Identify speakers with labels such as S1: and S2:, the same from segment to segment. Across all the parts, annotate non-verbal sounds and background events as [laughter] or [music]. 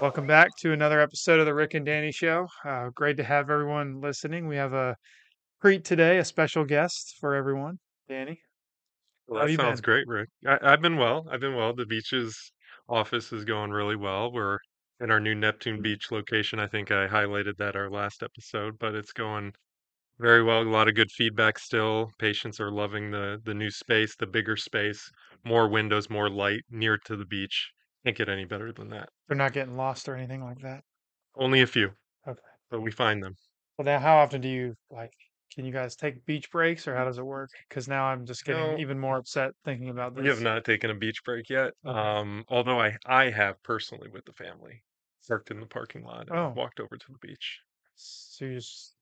S1: Welcome back to another episode of the Rick and Danny Show. Uh, great to have everyone listening. We have a treat today, a special guest for everyone. Danny,
S2: Well,
S1: How
S2: that
S1: you
S2: sounds
S1: been?
S2: great, Rick. I, I've been well. I've been well. The beaches office is going really well. We're in our new
S1: Mm.
S2: Neptune Beach location. I think I highlighted that our last episode, but it's going very well. A lot of good feedback still. Patients are loving the the new space, the bigger space, more windows, more light, near to the beach. Can't get any better than that.
S1: They're not getting lost or anything like that.
S2: Only a few,
S1: Okay.
S2: but we find them.
S1: Well, now, how often do you like? Can you guys take beach breaks, or how does it work? Because now I'm just getting
S2: No,
S1: even more upset thinking about
S2: We have
S1: this.
S2: not taken a beach break yet.
S1: Okay.
S2: Um, although I I have personally with the family parked in the parking lot and
S1: Oh,
S2: walked over to the beach,
S1: so you're just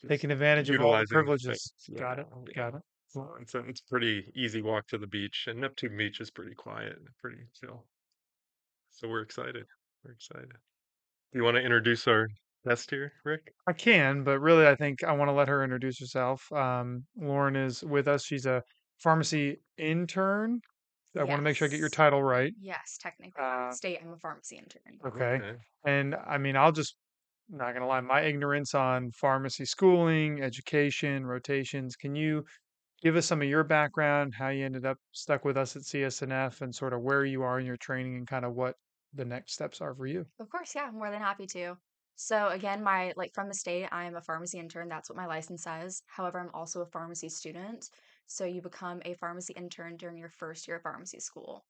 S2: just
S1: taking advantage of all the
S2: utilizing the
S1: privileges.
S2: space. Yeah,
S1: Got it.
S2: yeah.
S1: Got it.
S2: So it's a, it's a pretty easy walk to the beach, and Neptune Beach is pretty quiet and pretty chill. So we're excited. We're excited. Do you want to introduce our guest here, Rick?
S1: I can, but really, I think I want to let her introduce herself. Um, Lauren is with us. She's a pharmacy intern. I want to make sure I get your
S3: Yes.
S1: title right.
S3: Yes, technically by
S1: Uh,
S3: state, I'm a pharmacy intern.
S1: Okay.
S2: Okay.
S1: And I mean, I'll just not gonna lie, my ignorance on pharmacy schooling, education, rotations. Can you give us some of your background, how you ended up stuck with us at CSNF, and sort of where you are in your training and kind of what the next steps are for you?
S3: Of course, yeah, more than happy to. So again, my like from the state, I am a pharmacy intern. That's what my license says. However, I'm also a pharmacy student. So you become a pharmacy intern during your first year of pharmacy school.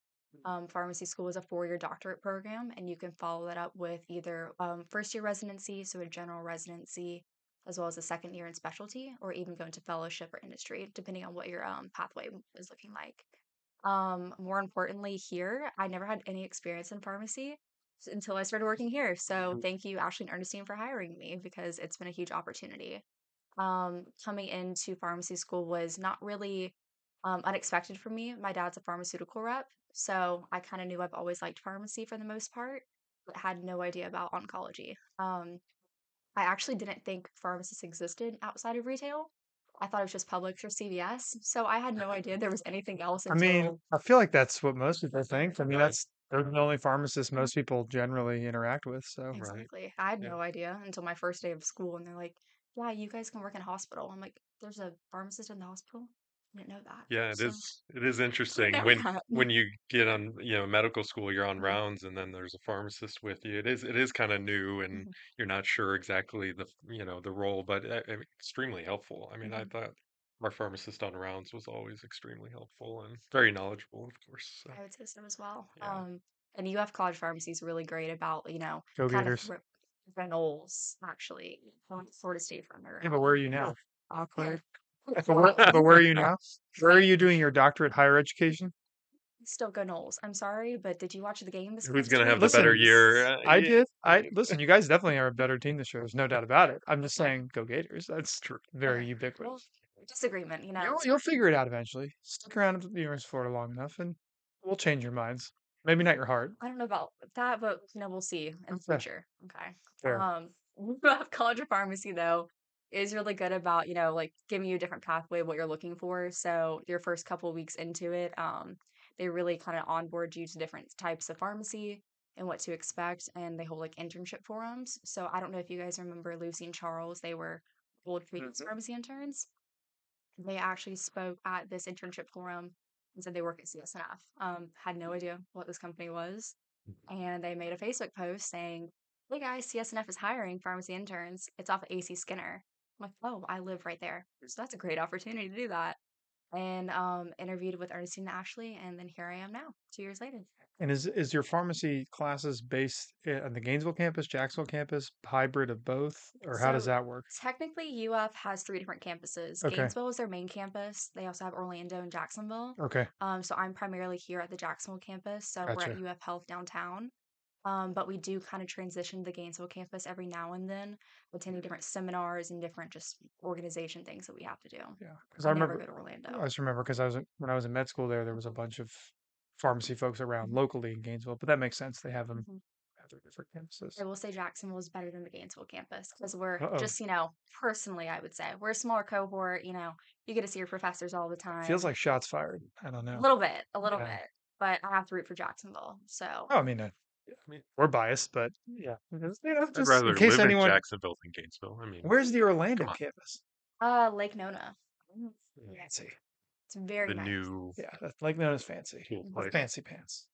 S3: Um, pharmacy school is a four-year doctorate program, and you can follow that up with either um, first-year residency, so a general residency, as well as a second year in specialty, or even go into fellowship or industry, depending on what your um, pathway is looking like. Um, more importantly, here, I never had any experience in pharmacy s- until I started working here.
S1: Mm-hmm.
S3: So thank you, Ashley and Ernestine, for hiring me because it's been a huge opportunity. Um, coming into pharmacy school was not really um, unexpected for me. My dad's a pharmaceutical rep, so I kind of knew I've always liked pharmacy for the most part, but had no idea about oncology. Um, I actually didn't think pharmacists existed outside of retail. I thought it was just Publix or CVS. So I had
S1: [laughs]
S3: no idea there was anything else
S1: I mean,
S3: until
S1: I feel like that's what most people think. I mean,
S2: Right.
S1: that's they're the only pharmacists most people generally interact with. So
S2: Right.
S3: Exactly. I had
S2: Yeah.
S3: no idea until my first day of school, and they're like, "Yeah, you guys can work in a hospital." I'm like, "There's a pharmacist in the hospital." I didn't know that.
S2: Yeah, it
S3: So
S2: is. It is
S3: I
S1: [laughs]
S3: didn't
S2: interesting
S3: know
S2: when
S3: that.
S1: Mm.
S2: when you get on, you know, medical school, you're
S1: Mm-hmm.
S2: on
S3: Mhm,
S2: rounds, and then there's a pharmacist with you. It is it is kind of new, and
S1: Mm-hmm.
S3: mhm,
S2: you're not sure exactly the, you know, the role, but uh, uh, extremely helpful. I mean, I
S1: Mm-hmm.
S3: mhm.
S2: thought our pharmacist on rounds was always extremely helpful and very knowledgeable, of course. So
S3: I would say so as well.
S2: yeah,
S3: Um, and UF College Pharmacy is really great about you know
S1: go
S3: kind of
S1: Gators.
S3: re- Reynolds actually um, Florida State from
S1: Yeah, but where are you now?
S3: Yeah,
S1: Awkward. But where, but where are you now? Where are you doing your doctorate higher education?
S3: still go Knowles. I'm sorry, but did you watch the game this
S2: who's
S3: past
S2: gonna have the
S3: week?
S2: better
S1: Listen,
S2: year? Uh,
S1: I
S2: yeah,
S1: did. I listen. You guys definitely are a better team this year. There's no doubt about it. I'm just saying, go Gators. That's
S2: true.
S1: very
S3: Okay, well,
S1: ubiquitous.
S3: disagreement. You know,
S1: You'll
S3: it's
S1: you'll figure it out eventually. Stick around at the University of Florida long enough, and we'll change your minds. Maybe not your heart.
S3: I don't know about that, but you know, we'll see in the
S1: Okay,
S3: future. Okay.
S1: fair.
S3: Um, [laughs] UF College of Pharmacy though is really good about you know like giving you a different pathway what you're looking for. So your first couple weeks into it, um, they really kind of onboard you to different types of pharmacy and what to expect, and they hold like internship forums. So I don't know if you guys remember Lucy and Charles; they were old previous
S1: Mhm.
S3: pharmacy interns they actually spoke at this internship forum and said they work at CSNF. Um, had no idea what this company was. And they made a Facebook post saying, Hey guys, CSNF is hiring pharmacy interns. It's off of AC Skinner. I'm like, Oh, I live right there. So that's a great opportunity to do that. And um, interviewed with Ernestine Ashley. And then here I am now, two years later.
S1: And is is your pharmacy classes based i- on the Gainesville campus, Jacksonville campus, hybrid of both, or how does
S3: So
S1: that work?
S3: technically, UF has three different campuses.
S1: Okay.
S3: Gainesville is their main campus. They also have Orlando and Jacksonville.
S1: Okay.
S3: Um, so I'm primarily here at the Jacksonville campus. So we're at
S1: Gotcha.
S3: UF Health downtown. Um, but we do kind of transition to the Gainesville campus every now and then, attending different seminars and different just organization things that we have to do.
S1: Yeah, because I
S3: I never
S1: remember,
S3: go to
S1: I
S3: Orlando.
S1: just remember because I was in- when I was in med school there, there was a
S3: Mhm,
S1: bunch of pharmacy folks around
S2: Mm-hmm.
S3: mhm,
S1: locally in Gainesville, but that makes sense. They have them
S3: mhm.
S1: at their different campuses.
S3: I will say Jacksonville is better than the Gainesville campus because we're
S1: Uh oh,
S3: just, you know, personally, I would say we're a smaller cohort. You know, you get to see your professors all the
S1: feels
S3: time.
S1: like shots fired. I don't
S3: A
S1: know.
S3: little bit, a little
S1: Yeah.
S3: bit, but I have to root for Jacksonville. So
S1: Oh, I mean, uh,
S2: I mean,
S1: We're biased, but yeah, just, you know,
S2: I'd
S1: just
S2: rather
S1: in case
S2: live
S1: anyone.
S2: in Jacksonville than Gainesville. I mean,
S1: Where's the Orlando
S2: Come on.
S1: campus?
S3: Uh, Lake Nona.
S1: Oh,
S3: Mm,
S1: Fancy.
S3: It's very
S2: the
S3: nice.
S2: new
S1: Yeah, that's, Lake known as fancy.
S2: cool
S3: Mhm.
S1: With
S2: place.
S1: fancy pants.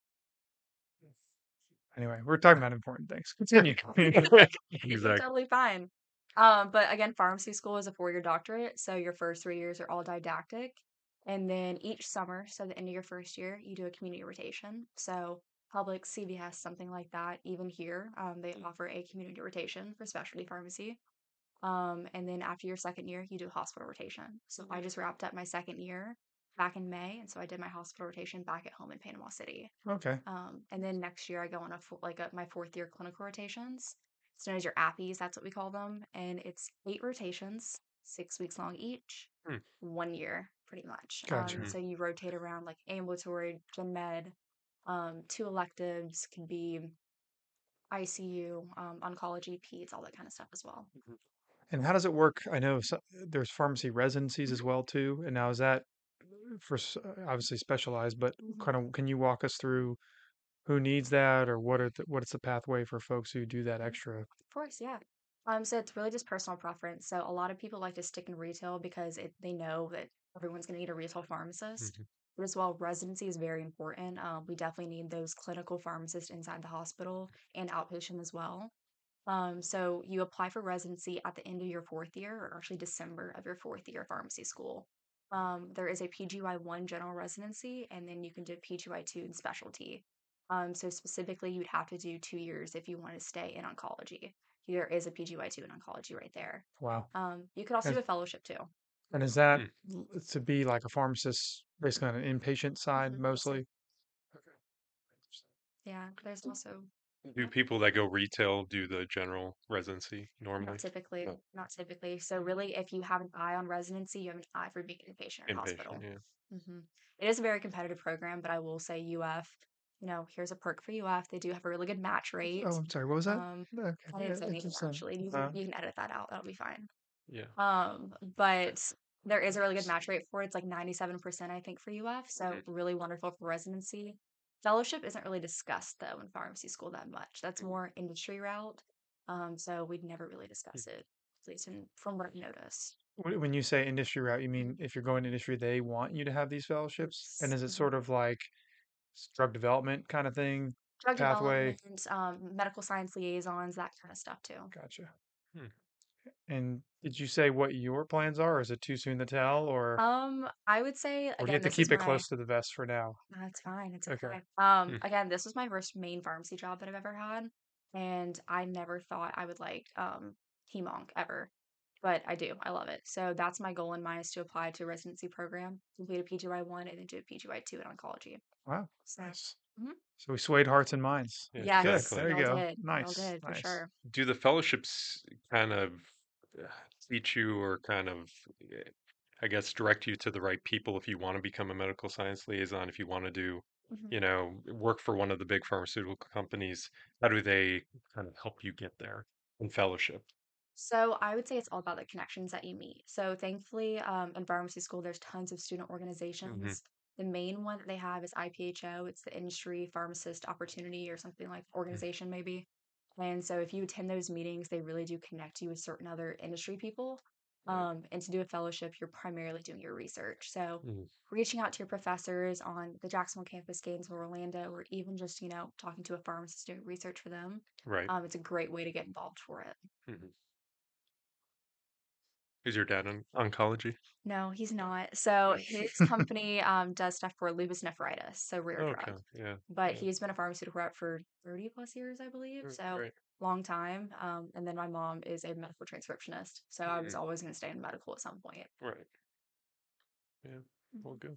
S1: Anyway, we're talking about important things. Continue. [laughs]
S3: You're
S2: exactly.
S3: totally fine. Um, but again, pharmacy school is a four-year doctorate, so your first three years are all didactic, and then each summer, so the end of your first year, you do a community rotation. So public CVS, something like that. Even here, um, they offer a community rotation for specialty pharmacy. Um, and then after your second year, you do hospital rotation. So I just wrapped up my second year back in May, and so I did my hospital rotation back at home in Panama City.
S1: okay.
S3: Um, and then next year I go on a fo- like a, my fourth year clinical rotations. It's known as your appies, that's what we call them, and it's eight rotations, six weeks long each,
S2: Hmm.
S3: one year pretty much.
S1: Gotcha.
S3: Um, so you rotate around like ambulatory, gen med, um, two electives could be ICU, um, oncology, peds, all that kind of stuff as well.
S1: And how does it work? I know so- there's pharmacy residencies as well too. And now is that for s- uh, obviously specialized, but
S3: Mhm.
S1: kind of can you walk us through who needs that or what are the, what's the pathway for folks who do that
S3: Mhm.
S1: extra?
S3: Of course, yeah. Um, so it's really just personal preference. So a lot of people like to stick in retail because it, they know that everyone's going to need a retail pharmacist.
S2: Mhm.
S3: But as well, residency is very important. Um, we definitely need those clinical pharmacists inside the hospital and outpatient as well. Um, so you apply for residency at the end of your fourth year, or actually December of your fourth year of pharmacy school. Um, there is a PGY1 general residency, and then you can do PGY2 and specialty. Um, so specifically, you'd have to do two years if you want to stay in oncology. There is a PGY2 in oncology right there.
S1: Wow.
S3: Um, you could also
S1: Yes.
S3: do a fellowship too.
S1: And is that
S2: Hmm.
S1: l- to be like a pharmacist, basically on an inpatient side
S3: Mhm,
S1: mostly?
S3: Yeah,
S1: Mm.
S3: there's also
S2: Do people that go retail do the general residency normally?
S3: not typically,
S2: No.
S3: not typically. So really, if you have an eye on residency, you have an eye for being an inpatient or hospital.
S2: Inpatient, yeah.
S3: Mm-hmm. It is a very competitive program, but I will say UF, you know, here's a perk for UF. They do have a really good match rate.
S1: Oh, I'm sorry. What was that?
S3: Um,
S1: Okay.
S3: I
S1: yeah,
S3: didn't say anything
S1: interesting.
S3: actually. You
S1: Uh,
S3: can, you can edit that out. That'll be fine.
S2: Yeah.
S3: Um, but there is a really good match rate for it. It's like 97%, I think, for UF. So
S1: Mm-hmm.
S2: Mhm.
S3: really wonderful for residency. Fellowship isn't really discussed though in pharmacy school that much.
S1: Mm-hmm.
S3: That's more industry route. Um, so we'd never really
S1: Hmm.
S3: discuss it, at least in, from what I've noticed.
S1: Wh- When you say industry route, you mean if you're going to industry, they want you to have these fellowships? And
S3: Yes.
S1: is it
S3: Mhm.
S1: sort of like s- drug development kind of thing,
S3: Drug
S1: pathway?
S3: development, um, medical science liaisons, that kind of stuff too.
S1: Gotcha.
S2: Hmm.
S1: And did you say what your plans are? Or is it too soon to tell? Or,
S3: Um, I would say
S1: or do you
S3: again,
S1: have to
S3: this is
S1: keep it
S3: my
S1: close to the vest for now?
S3: That's fine. It's
S1: Okay. Mm.
S3: okay. Um,
S2: Hmm.
S3: again, this was my first main pharmacy job that I've ever had, and I never thought I would like um HemOnc ever, but I do. I love it. So that's my goal in mind is to apply to a residency program, complete a PGY one, and then do a PGY two in oncology.
S1: Wow.
S3: So
S1: Nice.
S3: Mhm.
S1: So we swayed hearts and minds.
S2: Yeah,
S1: Good.
S3: yes,
S2: exactly.
S1: There you
S3: y'all
S1: go.
S3: did, y'all
S1: Nice.
S3: did for
S1: Nice.
S3: sure.
S2: Do the fellowships kind of uh, teach you or kind of, eh, I guess, direct you to the right people if you want to become a medical science liaison, if you want to do,
S3: Mhm.
S2: you know, work for one of the big pharmaceutical companies? How do they kind of help you get there in fellowship?
S3: So I would say it's all about the connections that you meet. So thankfully, um, in pharmacy school, there's tons of student
S2: Mhm.
S3: organizations. The main one that they have is IPHO. It's the Industry Pharmacist Opportunity or something like
S2: Mm.
S3: organization maybe. And so if you attend those meetings, they really do connect you with certain other industry people.
S2: Yeah.
S3: Um, and to do a fellowship, you're primarily doing your research. So
S2: Mm.
S3: reaching out to your professors on the Jacksonville campus, Gainesville, Orlando, or even just, you know, talking to a pharmacist doing research for them,
S2: Right.
S3: um, it's a great way to get involved for it.
S2: Mhm. Is your dad on oncology?
S3: No, he's not. So
S2: [laughs]
S3: his company um, does stuff for lupus nephritis, so rare
S2: Okay.
S3: drug. [laughs]
S2: Yeah.
S3: But
S2: Yeah.
S3: he's been a pharmaceutical rep for 30 plus years, I believe.
S2: Mm,
S3: So
S2: Right.
S3: long time. Um, and then my mom is a medical transcriptionist. So I was
S2: Mm,
S3: always going to stay in medical at some point.
S2: Right. Yeah. Well, good.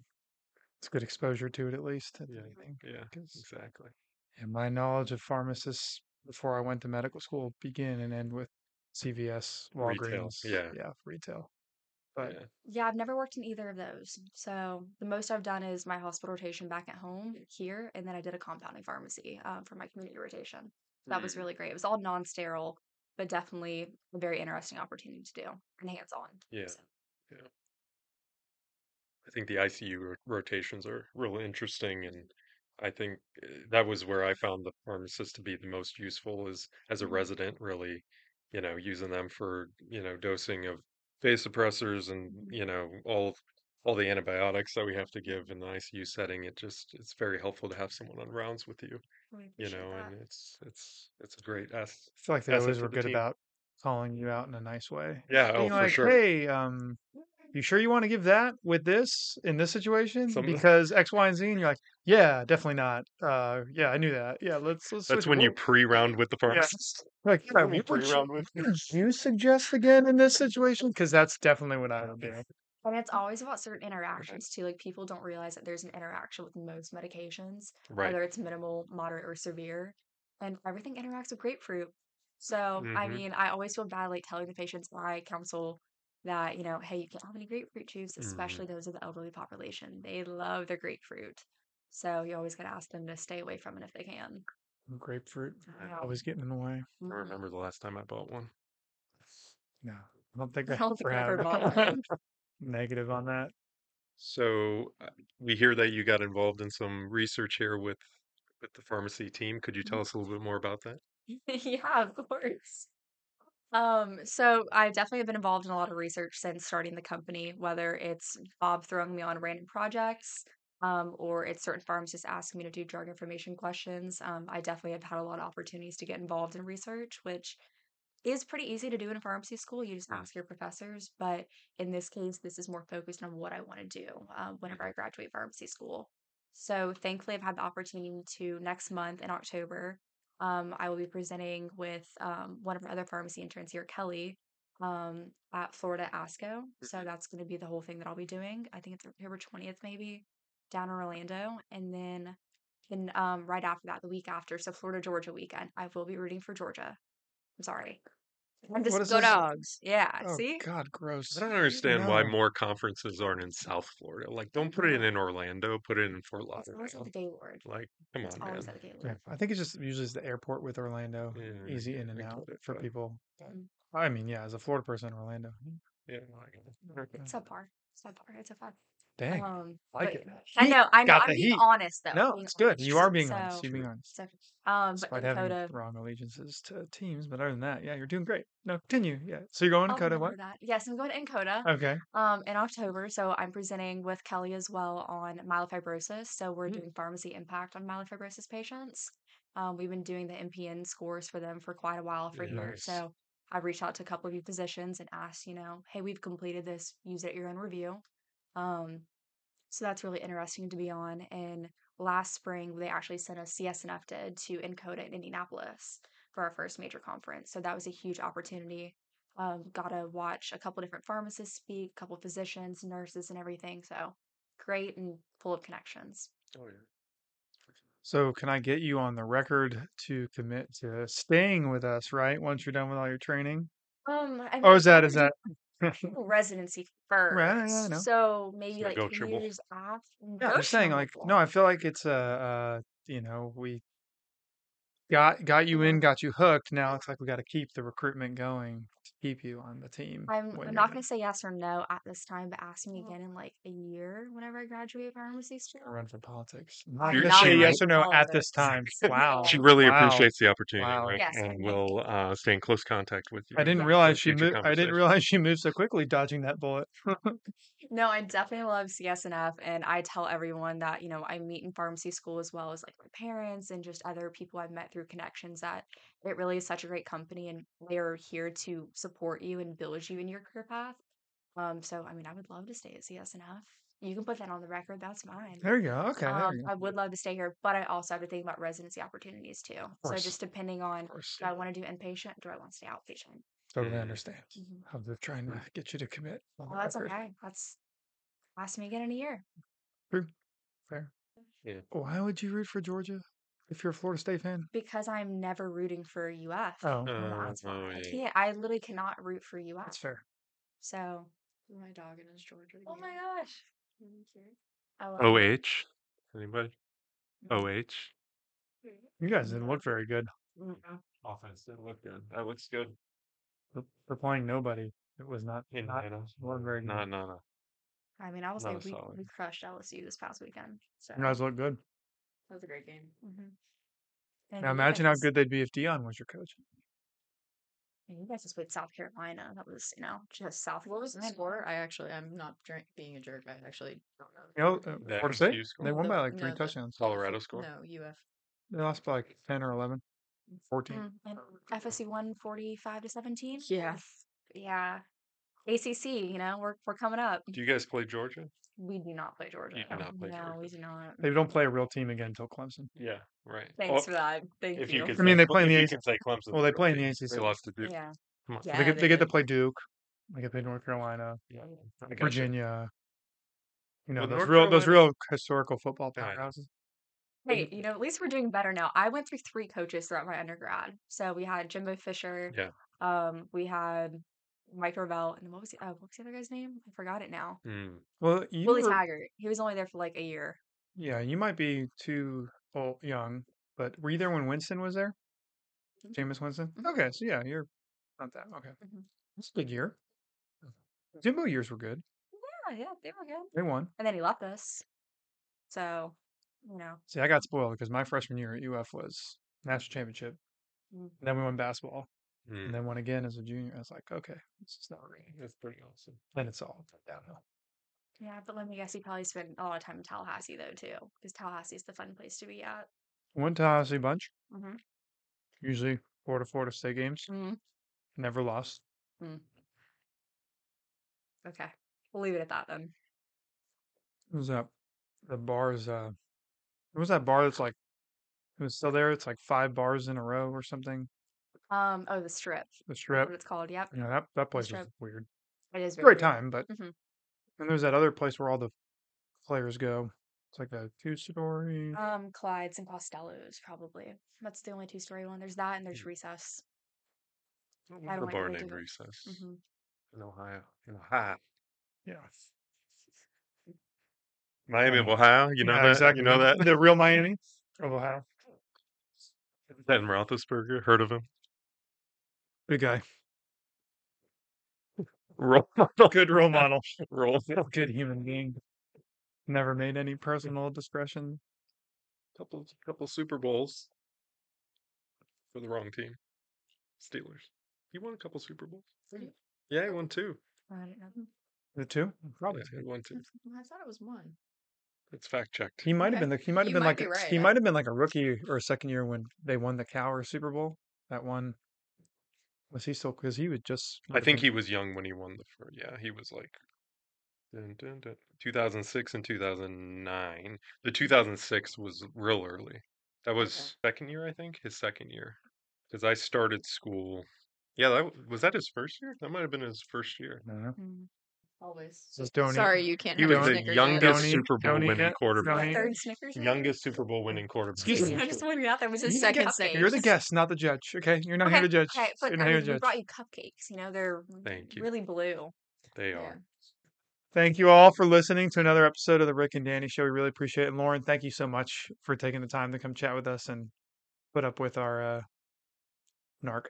S1: It's good exposure to it, at least, if
S2: Yeah.
S1: anything.
S2: Yeah.
S3: Mm-hmm.
S1: 'cause
S2: Exactly.
S1: And my knowledge of pharmacists before I went to medical school began and end with CVS,
S2: Retail.
S1: Walgreens,
S2: Yeah.
S1: yeah, retail. But
S2: Yeah.
S3: Yeah, I've never worked in either of those. So the most I've done is my hospital rotation back at home here, and then I did a compounding pharmacy um, for my community rotation. That was
S2: Mm.
S3: really great. It was all non-sterile, but definitely a very interesting opportunity to do and hands-on.
S2: Yeah.
S3: So.
S2: Yeah. I think the ICU ro- rotations are real interesting and I think uh, that was where I found the pharmacist to be the most useful is as a
S3: Mhm.
S2: resident, really, you know, using them for, you know, dosing of vasopressors and, you know, all all the antibiotics that we have to give in the ICU setting. It just it's very helpful to have someone on rounds with you,
S3: We
S2: you
S3: appreciate
S2: know,
S3: that.
S2: and it's it's it's a great ass
S1: I feel like they
S2: asset
S1: always
S2: to
S1: were
S2: the
S1: good
S2: team.
S1: about calling you out in a nice way.
S2: Yeah,
S1: Being
S2: oh, for
S1: like,
S2: sure.
S1: hey, um, you sure you want to give that with this in this situation?
S2: Some
S1: Because X, Y, and Z, and you're like, yeah, definitely not. Uh, yeah, I knew that. Yeah, let's let's
S2: that's
S1: switch.
S2: when you
S1: Whoa.
S2: pre-round with the
S1: Yeah,
S2: pharmacist.
S1: like yeah,
S2: When you
S1: what would you,
S2: pre-round with
S1: what would you suggest again in this situation? Because that's definitely what I would do.
S3: And
S2: Mm.
S3: it's always about certain
S2: Mm-hmm.
S3: interactions too. Like people don't realize that there's an interaction with most medications,
S2: Right.
S3: whether it's minimal, moderate, or severe. And everything interacts with grapefruit. So, I
S2: Mm-hmm.
S3: mean, I always feel bad like telling the patients I counsel that, you know, hey, you can't have any grapefruit juice,
S2: Mm.
S3: especially those of the elderly population. They love their grapefruit. So you always gotta ask them to stay away from it if they can.
S1: Grapefruit
S2: I
S3: Yeah.
S1: always getting in the way.
S2: I
S3: Mm-hmm. [laughs]
S2: remember the last time I bought one.
S1: No, I don't think
S3: I
S1: I
S3: don't think
S1: ever
S3: I ever bought
S2: [laughs]
S1: have.
S3: one.
S1: Negative on that.
S2: So uh, we hear that you got involved in some research here with with the pharmacy team. Could you tell us a little bit more about that?
S3: [laughs] Yeah, of course. Um, so I definitely have been involved in a lot of research since starting the company, whether it's Bob throwing me on random projects, um, or it's certain pharmacists asking me to do drug information questions. Um, I definitely have had a lot of opportunities to get involved in research, which is pretty easy to do in pharmacy school. You just ask your professors, but in this case, this is more focused on what I want to do uh, whenever I
S2: Mm-hmm.
S3: graduate pharmacy school. So, thankfully, I've had the opportunity to next month in October. Um, I will be presenting with um, one of our other pharmacy interns here, Kelly, um, at Florida ASCO. So, that's going to be the whole thing that I'll be doing. I think it's October 20th, maybe down in Orlando. And then, then um, right after that, the week after, so Florida Georgia weekend, I will be rooting for Georgia. I'm sorry. I'm
S1: What
S3: just
S1: is
S3: go
S1: this?
S3: dogs. Yeah.
S1: Oh
S3: See?
S1: God,
S2: I
S1: gross.
S2: don't understand why
S1: No.
S2: more conferences aren't in South Florida. Like, don't put it
S3: Yeah.
S2: in Orlando, put it in Fort
S3: It's always at the
S2: Lauderdale.
S3: Gaylord.
S2: Like, come
S3: It's
S2: on,
S3: always
S2: man.
S3: at the
S1: Oh, Yeah,
S3: Gaylord.
S1: I think it's just usually it's the airport with Orlando,
S2: Yeah, I
S1: easy
S2: get,
S1: in and
S2: I
S1: out
S2: get it,
S1: for
S2: but
S1: people. But
S3: Mm.
S1: I mean, yeah, as a Florida person, Orlando. mm,
S2: yeah, no, I get it.
S1: yeah.
S3: It's subpar. It's subpar. It's a fun.
S1: Dang,
S3: Um,
S1: like
S3: but
S1: it.
S3: I
S1: Heat
S3: know, I know.
S1: got
S3: I'm
S1: the
S3: being
S1: heat.
S3: honest though. I'm
S1: No,
S3: being
S1: it's good. You
S3: honest.
S1: are being honest.
S3: So
S1: You're being
S2: True.
S1: honest,
S3: so um but
S1: despite having
S3: Dakota
S1: wrong allegiances to teams. But other than that, yeah, you're doing great. No, continue. Yeah. So you're going to
S3: I'll
S1: Coda? What?
S3: Oh, remember that. Yes, I'm going to Encoda
S1: Okay.
S3: um, in October. So I'm presenting with Kelly as well on myelofibrosis. So we're
S1: Mm.
S3: doing pharmacy impact on myelofibrosis patients. Um, we've been doing the MPN scores for them for quite a while for
S2: Yeah.
S3: here.
S1: Nice.
S3: So I've reached out to a couple of you physicians and asked, you know, hey, we've completed this, use it at your own review. Um, so that's really interesting to be on. And last spring, they actually sent us, CSNF did, to Encoda in Indianapolis for our first major conference. So that was a huge opportunity. Um, got to watch a couple different pharmacists speak, a couple physicians, nurses, and everything. So great and full of connections.
S2: Oh, yeah.
S1: So can I get you on the record to commit to staying with us? Right once you're done with all your training,
S3: Um, I
S1: or
S3: mean,
S1: is
S3: I
S1: that
S3: want
S1: is
S3: to do
S1: that?
S3: residency
S1: Right. Yeah. I know.
S3: first. So
S2: It's
S3: maybe like two
S2: negotiable.
S3: years off,
S1: Yeah, I'm saying like no,
S3: negotiable.
S1: I feel like it's a uh, you know we got got you in, got you hooked. Now it's like we got to keep the recruitment going to keep you on the team
S3: I'm
S1: when
S3: I'm
S1: you're
S3: not
S1: done.
S3: gonna say yes or no at this time, but ask me
S1: Mm.
S3: again in like a year whenever I graduate pharmacy
S1: Gonna
S3: school.
S1: Run for politics. Not
S3: I'm
S2: You,
S1: gonna
S3: not
S1: say
S3: running
S2: she
S1: yes
S3: for
S1: or no at this
S3: politics. [laughs]
S1: time. Wow,
S2: she
S3: No.
S2: really
S1: Oh, wow,
S2: appreciates the opportunity,
S1: wow.
S2: right?
S3: Yes, I
S2: And
S3: will.
S2: will uh, stay in close contact with
S1: I
S2: you
S1: didn't
S3: Yes.
S1: realize
S2: for
S1: she
S2: future
S1: moved. I didn't
S2: conversations.
S1: realize she moved so quickly, dodging that bullet. [laughs]
S3: No, I definitely love CSNF and I tell everyone that, you know, I meet in pharmacy school as well as like my parents and just other people I've met through connections that it really is such a great company and they're here to support you and build you in your career path. Um, so I mean I would love to stay at CSNF. You can put that on the record, that's mine.
S1: there you go. Okay, there
S3: Um,
S1: you go.
S3: I
S1: Of
S3: would love to stay here, but I also have to think about residency opportunities too. So
S1: course,
S3: just depending
S1: of
S3: on
S1: course.
S3: do I want to do inpatient, do I want to stay outpatient?
S1: Totally
S2: Mm.
S1: understand.
S3: Mhm.
S1: I'm just trying to get you to commit on the
S3: Well, that's
S1: record.
S3: okay. That's ask me again in a year.
S1: True, fair.
S2: Yeah.
S1: Why would you root for Georgia if you're a Florida State fan?
S3: Because I'm never rooting for UF.
S1: Oh,
S2: Uh,
S3: That's why
S2: oh,
S3: I
S2: yeah.
S3: can't. I literally cannot root for UF.
S1: that's fair.
S3: So my dog and his Georgia. Oh my gosh. Really cute. I love it.
S2: OH. Anybody? OH.
S1: You guys didn't
S3: No.
S1: look very good.
S3: No.
S2: Offense didn't look good. That looks good.
S1: For, for playing nobody, it was not not
S2: Indiana.
S1: not very good.
S2: Not not a
S3: I mean, I will say
S2: not a
S3: we
S2: solid.
S3: we crushed LSU this past weekend. So mm-hmm.
S1: You guys look good.
S3: That was a great game.
S1: Now imagine how good they'd be if Dion was your coach.
S3: you guys just played South Carolina. That was, you know, just South.
S4: What was the score? I actually, I'm not drink, being a jerk. I actually don't know.
S1: You know, uh,
S2: That
S1: Florida
S2: MCU
S1: State,
S2: score.
S1: they won
S4: The-
S1: by like three
S4: no, the-
S1: touchdowns.
S2: Colorado score.
S4: No, UF.
S1: They lost by like 10 or 11, 14.
S3: Mm, and FSU won 45 to 17.
S4: Yeah.
S3: Yeah. ACC, you know, we're, we're coming up.
S2: Do you guys play Georgia?
S3: We do not play Georgia.
S2: do not play
S3: no,
S2: Georgia.
S3: we do not.
S1: They don't play a real team again until Clemson.
S2: Yeah, right.
S4: Thanks
S2: Oh,
S4: for that. Thank
S2: If
S4: you.
S2: you could,
S1: I mean,
S2: say-
S1: they play in
S2: if
S1: the
S2: you
S1: AC
S2: could say Clemson.
S1: Well, they play in the
S2: They
S1: ACC.
S2: lost to Duke.
S3: Yeah.
S2: Come on.
S4: Yeah.
S1: they get, they get to
S4: did.
S1: play Duke. They get to play North Carolina,
S2: Yeah, I gotcha.
S1: Virginia. You know
S2: Well,
S1: those
S2: North
S1: real those
S2: Carolina-
S1: real historical football
S2: I know.
S1: powerhouses.
S3: Hey, you know, at least we're doing better now. I went through three coaches throughout my undergrad. So we had Jimbo Fisher.
S2: Yeah.
S3: Um, we had Mike Ravel, and what was the, uh, what was the other guy's name? I forgot it now.
S2: Mm.
S1: Well, you
S3: Willie
S1: were-
S3: Taggart. He was only there for like a year.
S1: yeah, you might be too old, young, but were you there when Winston was there?
S3: Mhm.
S2: Mm-hmm.
S1: Jameis Winston.
S3: Mhm.
S1: Okay, so yeah, you're not that. Okay,
S3: Mhm.
S1: that's a good year. Jimbo years were good.
S3: Yeah, yeah, they were good.
S1: They won.
S3: And then he left us. So, you know,
S1: See, I got spoiled because my freshman year at UF was national championship.
S3: Mm.
S1: And then we won basketball,
S2: Mm.
S1: and then won again as a junior. I was like, okay, this is not ringing.
S2: That's pretty awesome.
S1: Then it's all downhill.
S3: yeah, but let me guess, he probably spent a lot of time in Tallahassee though too, because Tallahassee is the fun place to be at.
S1: One Tallahassee bunch,
S3: Mm-hmm.
S1: usually four to four to state games.
S2: Mm-hmm.
S1: Never lost.
S3: Okay, we'll leave it at that then.
S1: It was that the bars uh what was that bar that's like it was still there, it's like five bars in a row or something.
S3: Um, oh, the strip,
S1: The
S3: what
S1: strip.
S3: it's called. Yep,
S1: You know, that, that place was
S3: Strip.
S1: weird.
S3: it is
S1: It's a
S3: very
S1: great
S3: weird.
S1: time, but
S3: Mhm.
S1: and there's that other place where all the players go. It's like a two story
S3: Um, Clyde's and Costello's probably. That's the only two-story one. There's that and there's
S2: Mm.
S3: recess.
S2: What was
S3: don't
S2: the
S3: like
S2: bar
S3: what they
S2: named
S3: do.
S2: Recess
S4: Mm-hmm.
S3: hmm
S2: in Ohio? In Ohio.
S1: yeah.
S2: Miami of
S1: Yeah.
S2: Ohio. You know
S1: Yeah,
S2: that.
S1: exactly.
S2: You know that.
S1: The real Miami of Ohio.
S2: Ben Roethlisberger. Heard of him?
S1: Good guy.
S2: Role model.
S1: [laughs] Good role model.
S2: [laughs] Role.
S1: [laughs] Good human being. Never made any personal discretion.
S2: Couple couple Super Bowls for the wrong team. Steelers. He won a couple Super Bowls.
S4: Did he?
S2: Yeah, he won two.
S3: I don't know.
S1: The two? Probably
S2: Probably he
S1: two.
S2: won two.
S4: I thought it was one.
S2: It's fact checked.
S1: He might have
S4: Okay.
S1: been the he might have
S4: You
S1: been
S4: might
S1: like
S4: be
S1: a-
S4: right.
S1: he
S4: I-
S1: might have been like a rookie or a second year when they won the Cower Super Bowl. That one was he still because he was just
S2: I think he was young when he won the first. Yeah, he was like dun, dun, dun, 2006 and 2009. The 2006 was real early. That was second year, I think, his second year. Because I started school. Yeah, that w- was that his first year. That might have been his first year.
S1: no.
S3: Mm.
S4: Always.
S1: Just don't eat-
S4: Sorry, you can't.
S2: He
S4: have
S1: was
S4: a
S1: the
S4: Snickers yet.
S2: youngest
S1: Don't eat-
S2: Super Bowl
S1: don't eat
S2: winning
S1: yet.
S2: quarterback.
S1: Don't eat-
S3: Third Snickers. maybe? [laughs]
S2: Youngest Super Bowl winning quarterback.
S1: uh, Excuse me.
S2: [laughs]
S3: I just pointed out that was
S4: His
S3: his
S4: second
S3: second
S4: snicker.
S1: You're the guest, not the judge. Okay, you're not here to judge.
S3: Okay, but
S1: you're not
S3: I
S1: here
S3: mean,
S1: to
S3: we
S1: judge.
S3: brought you cupcakes. You know, they're
S2: Thank you.
S3: really blue.
S2: They
S4: Yeah.
S2: are.
S1: Thank you all for listening to another episode of the Rick and Danny Show. We really appreciate it. And Lauren, thank you so much for taking the time to come chat with us and put up with our uh, narc.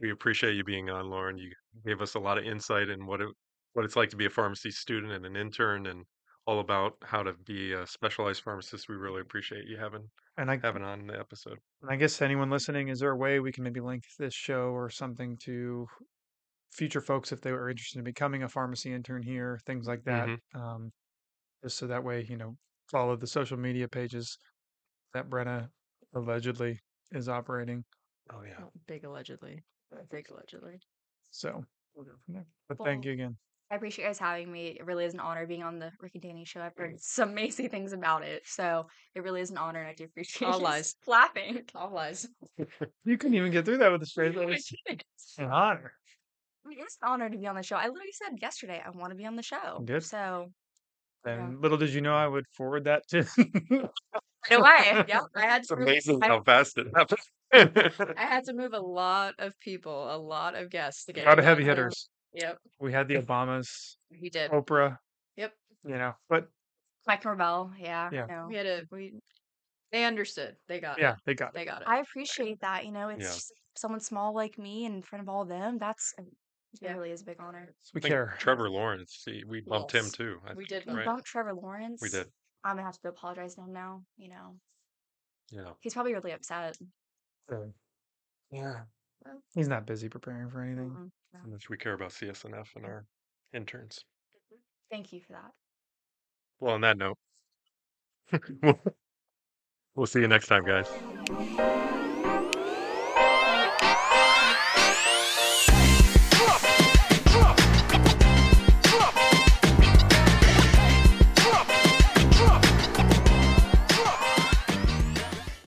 S2: We appreciate you being on, Lauren. You gave us a lot of insight in what it what it's like to be a pharmacy student and an intern, and all about how to be a specialized pharmacist. We really appreciate you having
S1: And I
S2: having on the episode.
S1: And I guess anyone listening, is there a way we can maybe link this show or something to future folks if they were interested in becoming a pharmacy intern here, things like that? Um, just so that way, you know, follow the social media pages that Brenna allegedly is operating.
S2: Oh yeah.
S4: Oh, Big allegedly. Big allegedly.
S1: So, we'll go from there. but
S3: Well,
S1: thank you again.
S3: I appreciate you guys having me. It really is an honor being on the Rick and Danny show. I've heard some amazing things about it. So it really is an honor and I do appreciate
S4: All
S3: you
S4: lies.
S3: [laughs] laughing.
S4: All lies.
S1: You couldn't even get through that with a straight face. An honor.
S3: I mean, it's an honor to be on the show. I literally said yesterday I want to be on the show.
S1: Good.
S3: So
S1: And little did you know I would forward that to. [laughs]
S3: no way. Yeah, I had
S2: It's
S3: to
S2: amazing
S3: I-
S2: how fast it happened. [laughs]
S4: I had to move a lot of people, a lot of guests to
S1: a
S4: get.
S1: lot
S4: him
S1: of heavy
S4: on.
S1: hitters. Oh,
S4: Yep,
S1: We had the Obamas,
S4: he did.
S1: Oprah,
S4: Yep,
S1: you know, but
S3: Mike Norvell. Yeah.
S1: Yeah.
S3: no.
S4: we had a. We, they understood. They got.
S1: yeah,
S4: it.
S1: they got it.
S4: they got it.
S3: I appreciate that. You know, it's
S2: Yeah.
S3: just someone small like me in front of all them. That's it
S4: Yeah.
S3: really is a big honor.
S1: We
S2: I think
S1: care.
S2: Trevor Lawrence. See, we bumped him
S4: Yes.
S2: too. I
S4: We did
S2: think,
S3: We
S4: bump
S2: Right?
S3: bumped Trevor Lawrence.
S2: We did.
S3: I'm gonna have to apologize to him now. You know,
S2: Yeah.
S3: He's probably really upset.
S1: So
S2: Yeah.
S1: he's not busy preparing for
S2: Mm.
S1: anything.
S3: Mm-mm.
S2: How much we care about CSNF and our interns.
S3: Thank you for that.
S2: Well, on that [laughs] note, we'll see you next time, guys.